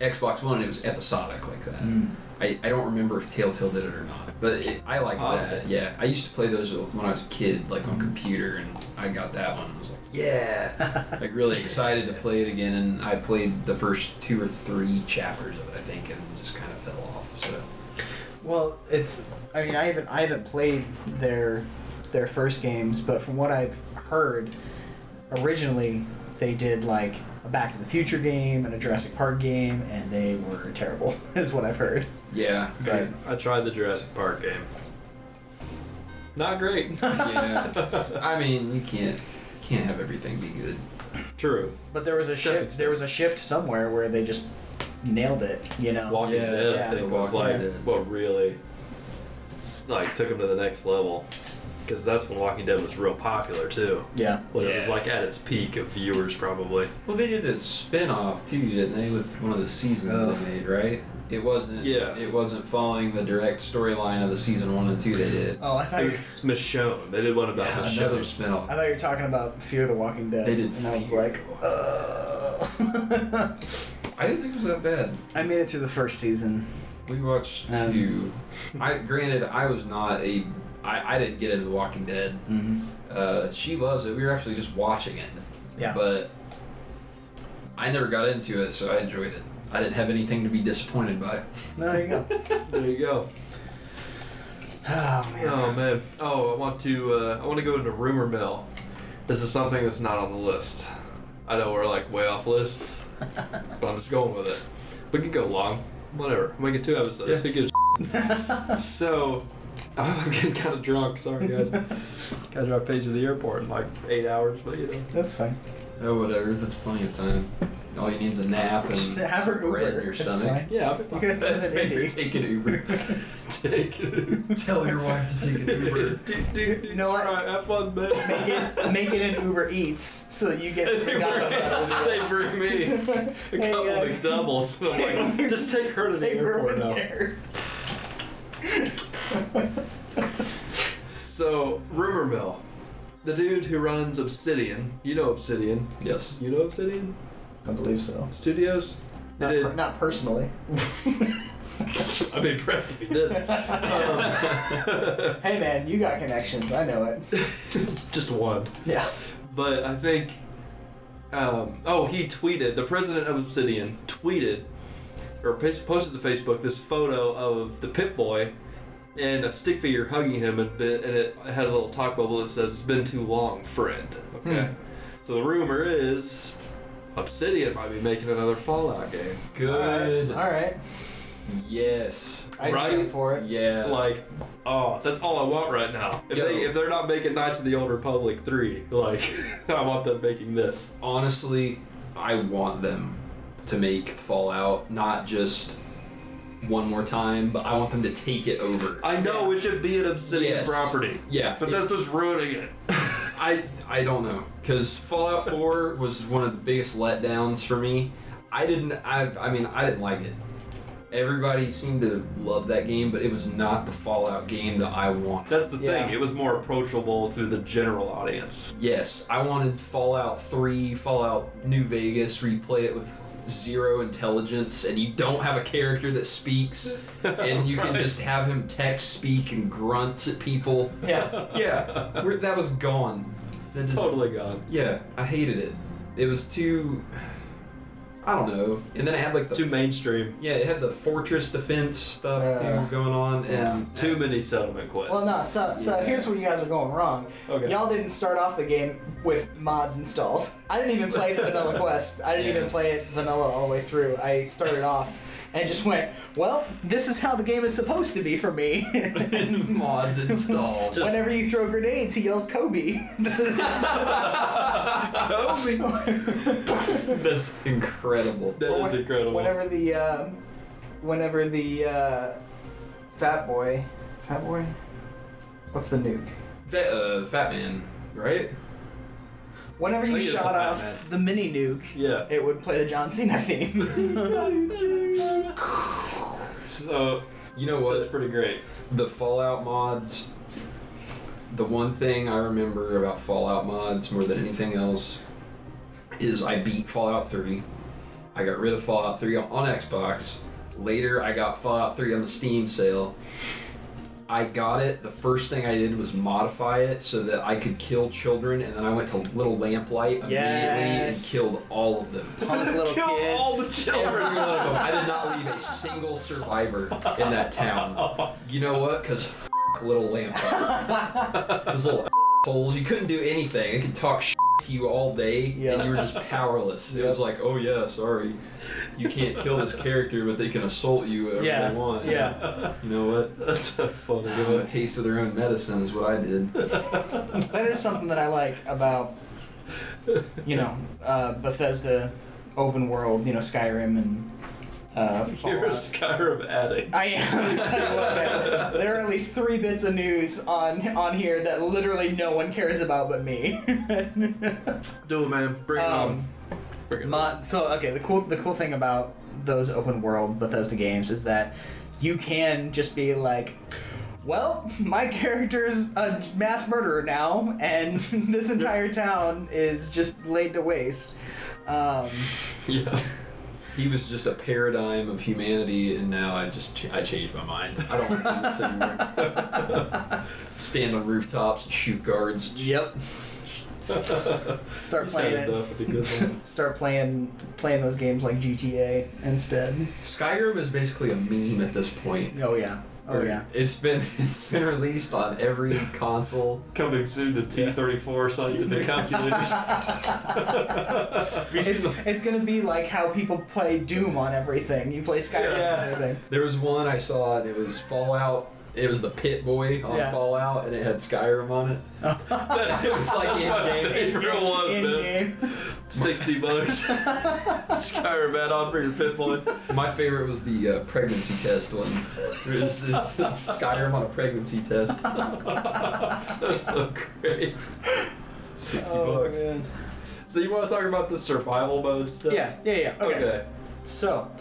B: Xbox One, and it was episodic like
C: uh,
B: that.
C: Hmm.
B: I, I don't remember if Telltale did it or not, but it, I like
A: possible.
B: that. Yeah, I used to play those when I was a kid, like
C: Mm-hmm.
B: on computer, and I got that one. and was like, yeah, like really excited to play it again. And I played the first two or three chapters of it, I think, and just kind of fell off. So
C: Well, it's. I mean, I haven't. I haven't played their their first games, but from what I've heard, originally they did like a Back to the Future game and a Jurassic Park game, and they were terrible, is what I've heard.
B: yeah, I-
C: Right.
A: I tried the Jurassic Park game. Not great.
B: yeah. I mean, you can't can't have everything be good.
A: True.
C: But there was a
A: Stepping
C: shift. There was a shift somewhere where they just nailed it. You know.
A: Walking
B: Yeah,
A: Dead,
C: yeah.
A: I think, was
B: Walking
A: like
B: Dead.
A: what really s- like took them to the next level. Because that's when Walking Dead was real popular too.
C: yeah.
A: When it was
D: Yeah.
A: like at its peak of viewers, probably.
B: Well, they did a spin-off too, didn't they, with one of the seasons
C: Oh.
B: they made, right? It wasn't.
A: Yeah.
B: It wasn't following the direct storyline of the season one and two they did.
C: Oh, I thought.
A: It
C: you-
A: was Michonne. They did one about
B: Yeah, another
A: Michonne.
B: spin-off.
C: I thought you were talking about Fear the Walking Dead.
B: They did
C: and I was
B: Fear
C: like,
B: the Walking
C: uh.
B: I didn't think it was that bad.
C: I made it through the first season.
B: We watched
C: Um.
B: two. I granted I was not a I, I didn't get into The Walking Dead.
C: Mm-hmm.
B: Uh, she loves it. We were actually just watching it.
C: Yeah.
B: But I never got into it, so I enjoyed it. I didn't have anything to be disappointed by.
C: there you go.
A: There you go.
C: Oh man.
A: Oh man. Oh, I want to. Uh, I want to go into rumor mill. This is something that's not on the list. I know we're like way off list, but I'm just going with it. We could go long. Whatever. Make it two episodes.
B: Yeah.
A: Who gives a So, I'm getting kind of drunk. Sorry guys. Got to our page of the airport in like eight hours, but you know.
C: That's fine.
B: Oh, whatever. That's plenty of time. All you need is a nap and
C: Just have her
B: some bread
C: Uber.
B: in your
C: It's
B: stomach.
C: fine.
A: Yeah, I'll be
C: You
A: fine.
C: guys live in
B: Make her
C: Indy.
B: take an Uber.
A: Take it.
B: Tell your wife to take an Uber.
A: Do- do- do-
C: You know what?
A: All right, have fun, man.
C: Make it, make it an Uber Eats so that you get
A: They bring- they bring me a
C: McDonald's. Hey,
A: couple
C: uh,
A: McDoubles. I'm like, just take her to the
C: Take her
A: airport
C: over
A: now.
C: there.
A: So, rumor mill. The dude who runs Obsidian, you know Obsidian.
B: Yes.
A: You know Obsidian
C: I believe so.
A: Studios.
C: Not,
A: They
C: per-
A: did-
C: not personally.
A: I'm impressed if he did. Um,
C: Hey man, you got connections. I know it.
A: just one.
C: Yeah.
A: But I think. Um, oh, he tweeted. The president of Obsidian tweeted, or pas- posted to Facebook this photo of the Pit Boy and a stick figure hugging him, and, bit, and it has a little talk bubble that says, "It's been too long, friend." Okay.
B: Hmm.
A: So the rumor is, Obsidian might be making another Fallout game.
B: Good.
C: All right.
B: Yes.
C: I'm
A: Right.
C: down for it.
B: Yeah.
A: Like, oh, that's all I want right now. If
B: Yo.
A: they if they're not making Knights of the Old Republic three, like, I want them making this.
B: honestly, I want them to make Fallout not just one more time, but I want them to take it over.
A: I know it should be an Obsidian
B: Yes.
A: property.
B: yeah,
A: But
B: it-
A: that's just ruining it.
B: I I don't know because Fallout Four was one of the biggest letdowns for me. I didn't. I I mean I didn't like it. Everybody seemed to love that game, but it was not the Fallout game that I wanted.
A: That's the
C: Yeah.
A: thing. It was more approachable to the general audience.
B: Yes, I wanted Fallout 3, Fallout New Vegas, where you play it with zero intelligence and you don't have a character that speaks and you can
A: Right.
B: just have him text speak and grunts at people.
C: Yeah.
B: Yeah, we're, that was gone. That just-
A: Totally gone.
B: Yeah, I hated it. It was too. I don't know. And then it had like the.
A: Too mainstream.
B: yeah, it had the fortress defense stuff
C: Uh,
B: too going on and.
A: Too many settlement quests.
C: Well, no. So, so
B: Yeah.
C: here's where you guys are going wrong.
A: Okay.
C: Y'all didn't start off the game with mods installed. I didn't even play the vanilla quest. I didn't
B: Yeah.
C: even play it vanilla all the way through. I started off and just went, well, this is how the game is supposed to be for me.
B: mods installed.
A: Just-
C: Whenever you throw grenades, he yells Kobe.
A: Oh,
B: That's incredible.
A: That is incredible.
C: Whenever the, um, whenever the uh, Fat Boy, Fat Boy, what's the nuke?
B: Fat, uh, fat man, right?
C: Whenever
A: I
C: you
A: think it's
C: shot
A: the Fat
C: off
A: Man.
C: the mini nuke,
A: Yeah.
C: it would play the John Cena theme.
A: So
B: You know
A: that's
B: what?
A: pretty great.
B: The Fallout mods. The one thing I remember about Fallout mods more than anything else is I beat Fallout 3. I got rid of Fallout 3 on, on Xbox. Later, I got Fallout 3 on the Steam sale. I got it. The first thing I did was modify it so that I could kill children, and then I went to Little Lamplight immediately
C: Yes.
B: and killed all of them.
C: Punk little
A: Kill
C: kids.
A: all the
B: Every
A: children.
B: one of them. I did not leave a single survivor in that town. You know what? Because f- little Lampard. Those little assholes. You couldn't do anything. They could talk shit to you all day,
C: Yeah.
B: and you were just powerless. It was
C: Yep.
B: like, oh yeah, sorry. You can't kill this character, but they can assault you whenever
C: Yeah,
B: they want.
C: yeah.
B: You know what?
A: That's so funny.
B: Give them a taste of their own medicine is what I did.
C: That is something that I like about, you know, uh, Bethesda open world, you know, Skyrim and uh,
A: You're a
C: Fallout.
A: Skyrim addict.
C: I am. I'll tell you what, man, there are at least three bits of news on on here that literally no one cares about but me.
A: Do it, man. Bring it
C: um,
A: on. Bring it on.
C: Mo- so okay, the cool the cool thing about those open world Bethesda games is that you can just be like, well, my character's a mass murderer now, and this entire town is just laid to waste. Um,
A: Yeah.
B: He was just a paradigm of humanity, and now I just ch- I changed my mind. I don't want to do this anymore. Stand on rooftops and shoot guards.
C: yep. Start playing
A: Started
C: it.
A: off with a good one.
C: Start playing playing those games like GTA instead.
B: Skyrim is basically a meme at this point.
C: Oh yeah. Oh
B: Or
C: yeah.
B: It's been it's been released on every console.
A: Coming soon to T34 scientific calculators.
C: It's, it's gonna be like how people play Doom on everything. You play Skyrim on
B: Yeah.
C: everything.
B: There was one I saw and it was Fallout. It was the Pit Boy on
C: Yeah.
B: Fallout, and it had Skyrim on it. it was like
A: That's my
B: in game.
A: favorite one,
C: In
A: man.
C: game.
A: 60 bucks. Skyrim add on for your pit boy.
B: My favorite was the uh, pregnancy test one. It was- it's the Skyrim on a pregnancy test.
A: That's so great. 60
C: Oh
A: bucks.
C: man.
A: So you want to talk about the survival mode stuff?
C: Yeah. Yeah. Yeah.
A: Okay.
C: okay. So,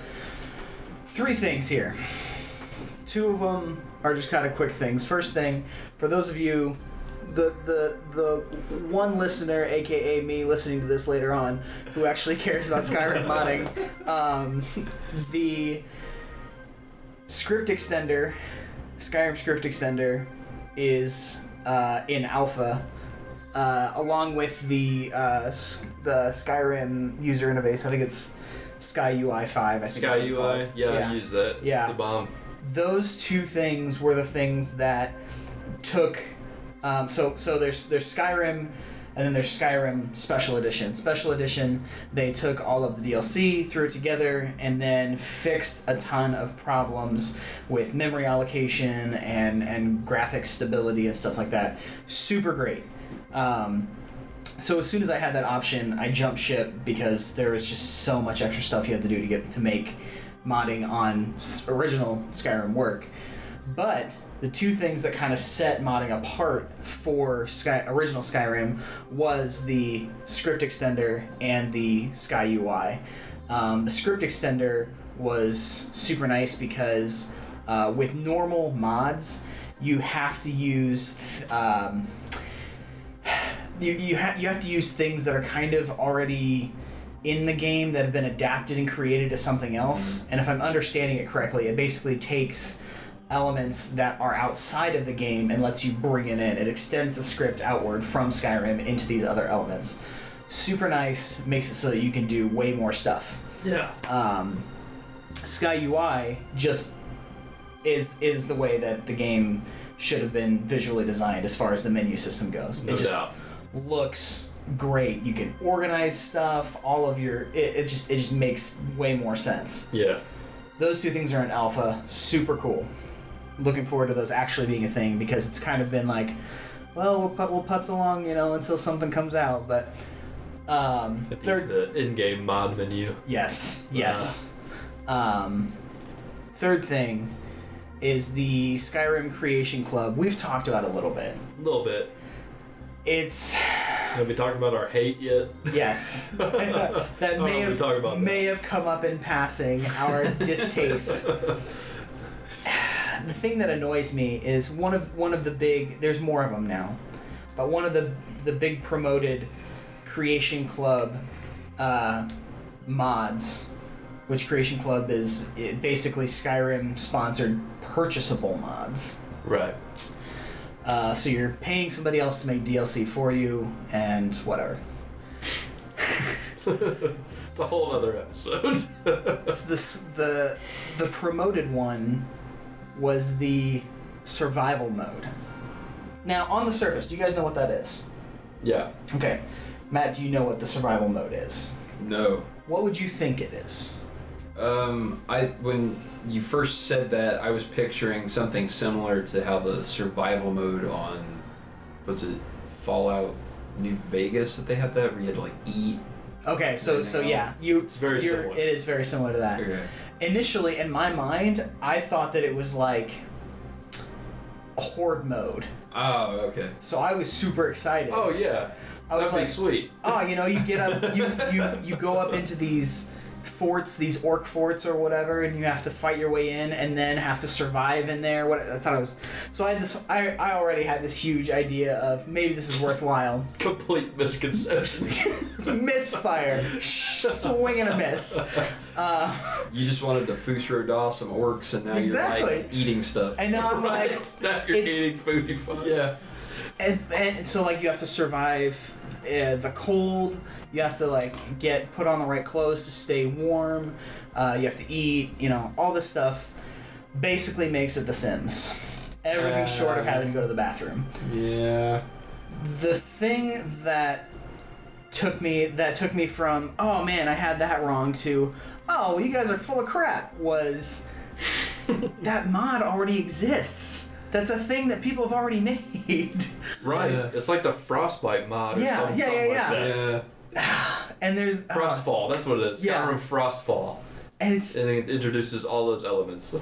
C: three things here. Two of them are just kind of quick things. First thing, for those of you, the the the one listener, aka me, listening to this later on, who actually cares about Skyrim modding, um, the script extender, Skyrim script extender, is uh, in alpha. Uh, along with the uh, s- the Skyrim user interface, I think it's Sky UI five. I think
A: Sky
C: it's what
A: UI.
C: it's called.
A: Yeah, I use that.
C: Yeah.
A: It's the bomb.
C: those two things were the things that took. Um, so so there's there's Skyrim, and then there's Skyrim Special Edition. Special Edition, they took all of the DLC, threw it together, and then fixed a ton of problems with memory allocation and and graphic stability and stuff like that. Super great. Um, so as soon as I had that option, I jumped ship because there was just so much extra stuff you had to do to get to make modding on s- original Skyrim work. But the two things that kind of set modding apart for Sky original Skyrim was the script extender and the Sky UI. Um, the script extender was super nice because uh, with normal mods, you have to use. th- Um, you you, ha- you have to use things that are kind of already in the game that have been adapted and created to something
A: Mm-hmm.
C: else. And if I'm understanding it correctly, it basically takes elements that are outside of the game and lets you bring it in. It extends the script outward from Skyrim into these other elements. Super nice, makes it so that you can do way more stuff.
A: Yeah.
C: Um, Sky UI just is is the way that the game should have been visually designed as far as the menu system goes.
A: No
C: it just
A: doubt.
C: looks great. You can organize stuff. All of your it, it just it just makes way more sense.
A: Yeah.
C: Those two things are in alpha. Super cool. Looking forward to those actually being a thing because it's kind of been like, well, we'll, put, we'll putz along, you know, until something comes out. But um,
A: It's
C: they're-
A: the in-game mod menu.
C: Yes, yes. Um, third thing is the Skyrim Creation Club. We've talked about it a little bit.
A: A little bit.
C: It's
A: Have we talked about our hate yet?
C: yes, that
A: Oh,
C: may
A: we
C: have
A: talked about
C: may have come up in passing. Our distaste. the thing that annoys me is one of one of the big. There's more of them now, but one of the the big promoted Creation Club uh, mods, which Creation Club is it, basically Skyrim sponsored purchasable mods.
A: Right.
C: Uh, so you're paying somebody else to make DLC for you and whatever.
A: It's a whole other episode.
C: It's this the the promoted one was the survival mode. Now on the surface, do you guys know what that is?
A: yeah.
C: Okay, Matt, do you know what the survival mode is?
B: No.
C: What would you think it is?
B: Um, I when you first said that, I was picturing something similar to how the survival mode on was it Fallout New Vegas that they had that where you had to like eat.
C: Okay, so so yeah, you
A: It's very
C: you're-
A: similar.
C: It is very similar to that.
B: Okay.
C: Initially, in my mind, I thought that it was like horde mode.
B: Oh, okay.
C: So I was super excited.
A: Oh yeah.
C: I was
A: That'd
C: like-
A: be sweet.
C: oh, you know, you get up, you, you, you go up into these forts, these orc forts or whatever, and you have to fight your way in, and then have to survive in there. What I thought it was, so I had this, I, I already had this huge idea of maybe this is worthwhile.
A: Complete misconception.
C: Misfire, Shh, swing and a miss. Uh,
B: You just wanted to Fusro Daw some orcs, and now you're
C: Exactly.
B: like eating stuff.
C: and now I'm like,
A: it's not your
C: It's-
A: eating food you find.
B: yeah.
C: and, and so like you have to survive uh, the cold you have to like get put on the right clothes to stay warm uh, you have to eat you know all this stuff basically makes it the sims everything short of having to go to the bathroom
B: Yeah.
C: the thing that took me that took me from oh man i had that wrong to oh you guys are full of crap was that mod already exists that's a thing that people have already made
B: Right.
A: Yeah. It's like the frostbite mod or
C: Yeah,
A: some- something,
C: yeah, yeah, yeah.
A: like that.
B: Yeah.
C: and there's uh,
A: Frostfall, that's what it is.
C: Yeah.
A: Skyrim Frostfall.
C: and it's
A: And it introduces all those elements.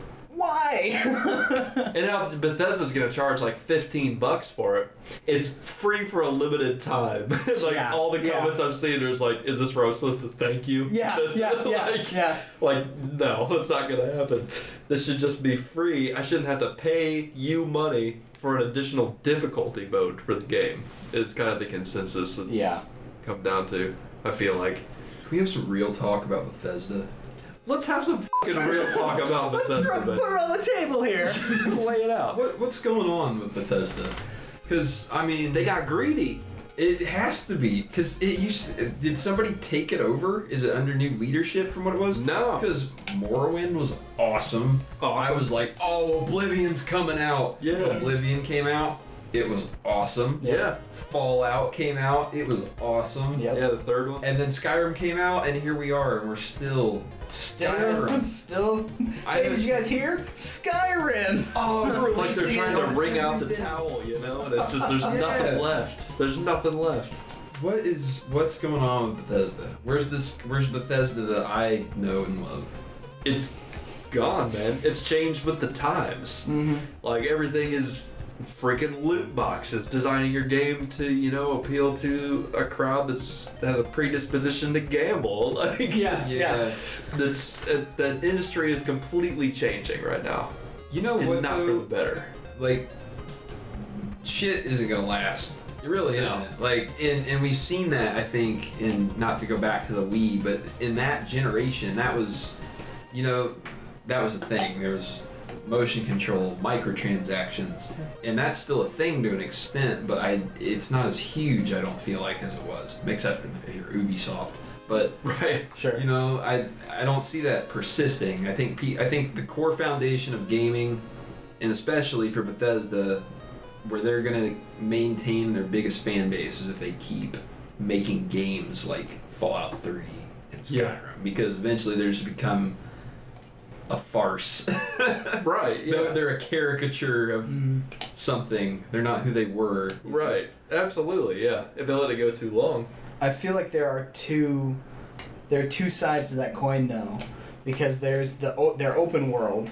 C: why
A: And now Bethesda's gonna charge like 15 bucks for it. It's free for a limited time. It's like
C: Yeah,
A: all the
C: yeah.
A: comments I'm seeing is like, is this where I'm supposed to thank you?
C: yeah
A: That's-
C: yeah yeah
A: like,
C: yeah
A: like, no, that's not gonna happen. This should just be free. I shouldn't have to pay you money for an additional difficulty mode for the game. Is kind of the consensus that's
C: Yeah.
A: come down to. I feel like.
B: Can we have some real talk about Bethesda?
A: Let's have some fucking real talk about
C: let's
A: Bethesda.
C: throw,
A: but-
C: put it on the table here
A: Lay it out.
B: What, what's going on with Bethesda? Because I mean,
A: They got greedy.
B: it has to be. Because it used. Did somebody take it over? Is it under new leadership from what it was?
A: No.
B: Because Morrowind was awesome. I
A: Awesome.
B: was like, oh, Oblivion's coming out.
A: Yeah.
B: Oblivion came out. It was awesome.
A: Yeah.
B: Fallout came out. It was awesome.
C: Yep.
A: Yeah, the third one.
B: And then Skyrim came out, and here we are, and we're still
C: still
B: Skyrim.
C: still
B: I-
C: hey, did you guys hear skyrim
B: Oh,
A: It's like they're trying to wring out the towel, you know? And it's just there's
B: Yeah.
A: nothing left. There's nothing left.
B: What is what's going on with Bethesda? Where's this? Where's Bethesda that I know and love?
A: It's gone, man. It's changed with the times.
C: Mm-hmm.
A: Like everything is freaking loot boxes. Designing your game to you know appeal to a crowd that's has a predisposition to gamble. Like
C: Yes. Yeah.
A: that's it, that industry is completely changing right now,
B: You
C: Oh,
B: know
A: and
B: what?
A: not for
B: though?
A: the better.
B: like shit isn't gonna last. It really
A: No.
B: isn't. Like and and we've seen that I think in not to go back to the Wii, but in that generation that was you know, that was a thing. There was motion control, microtransactions, and that's still a thing to an extent, but I it's not as huge I don't feel like as it was. Except if you're Ubisoft. But
A: Right.
C: sure
B: you know, I I don't see that persisting. I think pe- I think the core foundation of gaming, and especially for Bethesda, where they're gonna maintain their biggest fan base is if they keep making games like Fallout 3 and Skyrim,
A: Yeah.
B: because eventually they're just become a farce.
A: Right. Yeah.
B: They're- They're a caricature of something. They're not who they were.
A: Mm. Right. Absolutely. Yeah. If they let it go too long.
C: I feel like there are two there are two sides to that coin though because there's the o- their open world,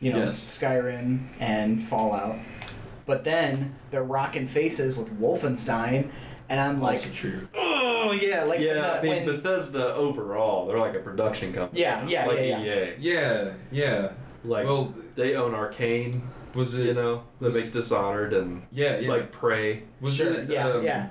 C: you know,
B: Yes.
C: Skyrim and Fallout. But then they're rocking faces with Wolfenstein and I'm like,
B: Also true.
C: "Oh yeah, like when
A: Yeah,
C: the-
A: I mean
C: when-
A: Bethesda overall, they're like a production company.
C: Yeah, yeah,
A: like
C: yeah,
A: EA.
B: Yeah, yeah.
A: Like
B: well,
A: they own Arcane,
B: was it?
A: you know, that makes Dishonored and
B: yeah, yeah.
A: like Prey.
B: was
C: sure,
B: it?
C: yeah,
B: um,
C: yeah.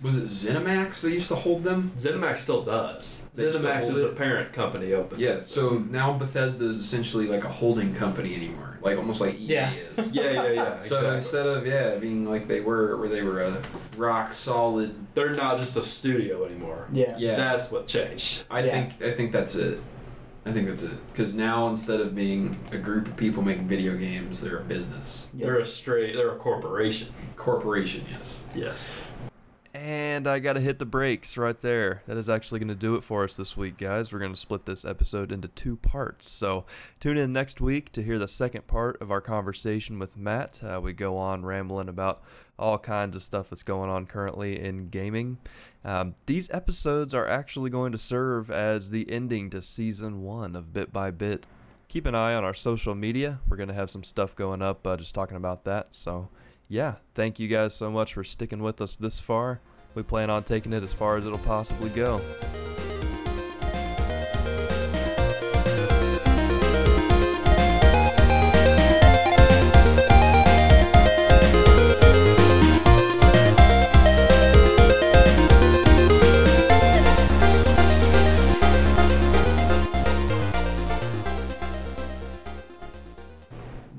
B: Was it Zenimax that used to hold them?
A: ZeniMax still does.
B: They still
A: ZeniMax
B: hold
A: is the
B: it?
A: parent company of Bethesda.
B: Yeah, so now Bethesda is essentially like a holding company anymore, like almost like EA
C: Yeah.
B: is.
A: yeah, yeah, yeah.
B: So
A: exactly.
B: instead of yeah being like they were, where they were a rock solid.
A: they're not just a studio anymore.
C: Yeah.
B: Yeah,
A: That's what changed.
B: I
C: Yeah.
B: think I think that's it. I think that's it. Because now instead of being a group of people making video games, they're a business
C: Yeah.
A: They're a straight they're a corporation.
B: corporation. Yes.
A: Yes. And I got to hit the brakes right there. That is actually going to do it for us this week, guys. We're going to split this episode into two parts. So tune in next week to hear the second part of our conversation with Matt. Uh, we go on rambling about all kinds of stuff that's going on currently in gaming. Um, these episodes are actually going to serve as the ending to season one of Bit by Bit. Keep an eye on our social media. We're going to have some stuff going up uh, just talking about that. So yeah, thank you guys so much for sticking with us this far. We plan on taking it as far as it'll possibly go.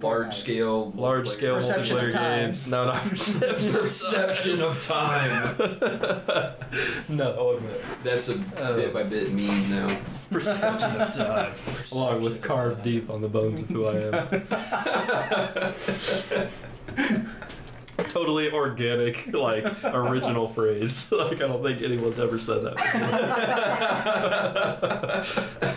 B: large scale,
A: Large scale
C: Perception of
A: multiplayer
C: time.
A: games. No, not perception.
B: perception of time.
A: no, that wasn't it.
B: That's a
A: Oh.
B: bit by bit meme now.
A: Perception of time. Along with carved deep on the bones of who I am. totally organic, like original phrase. Like I don't think anyone's ever said that. Before.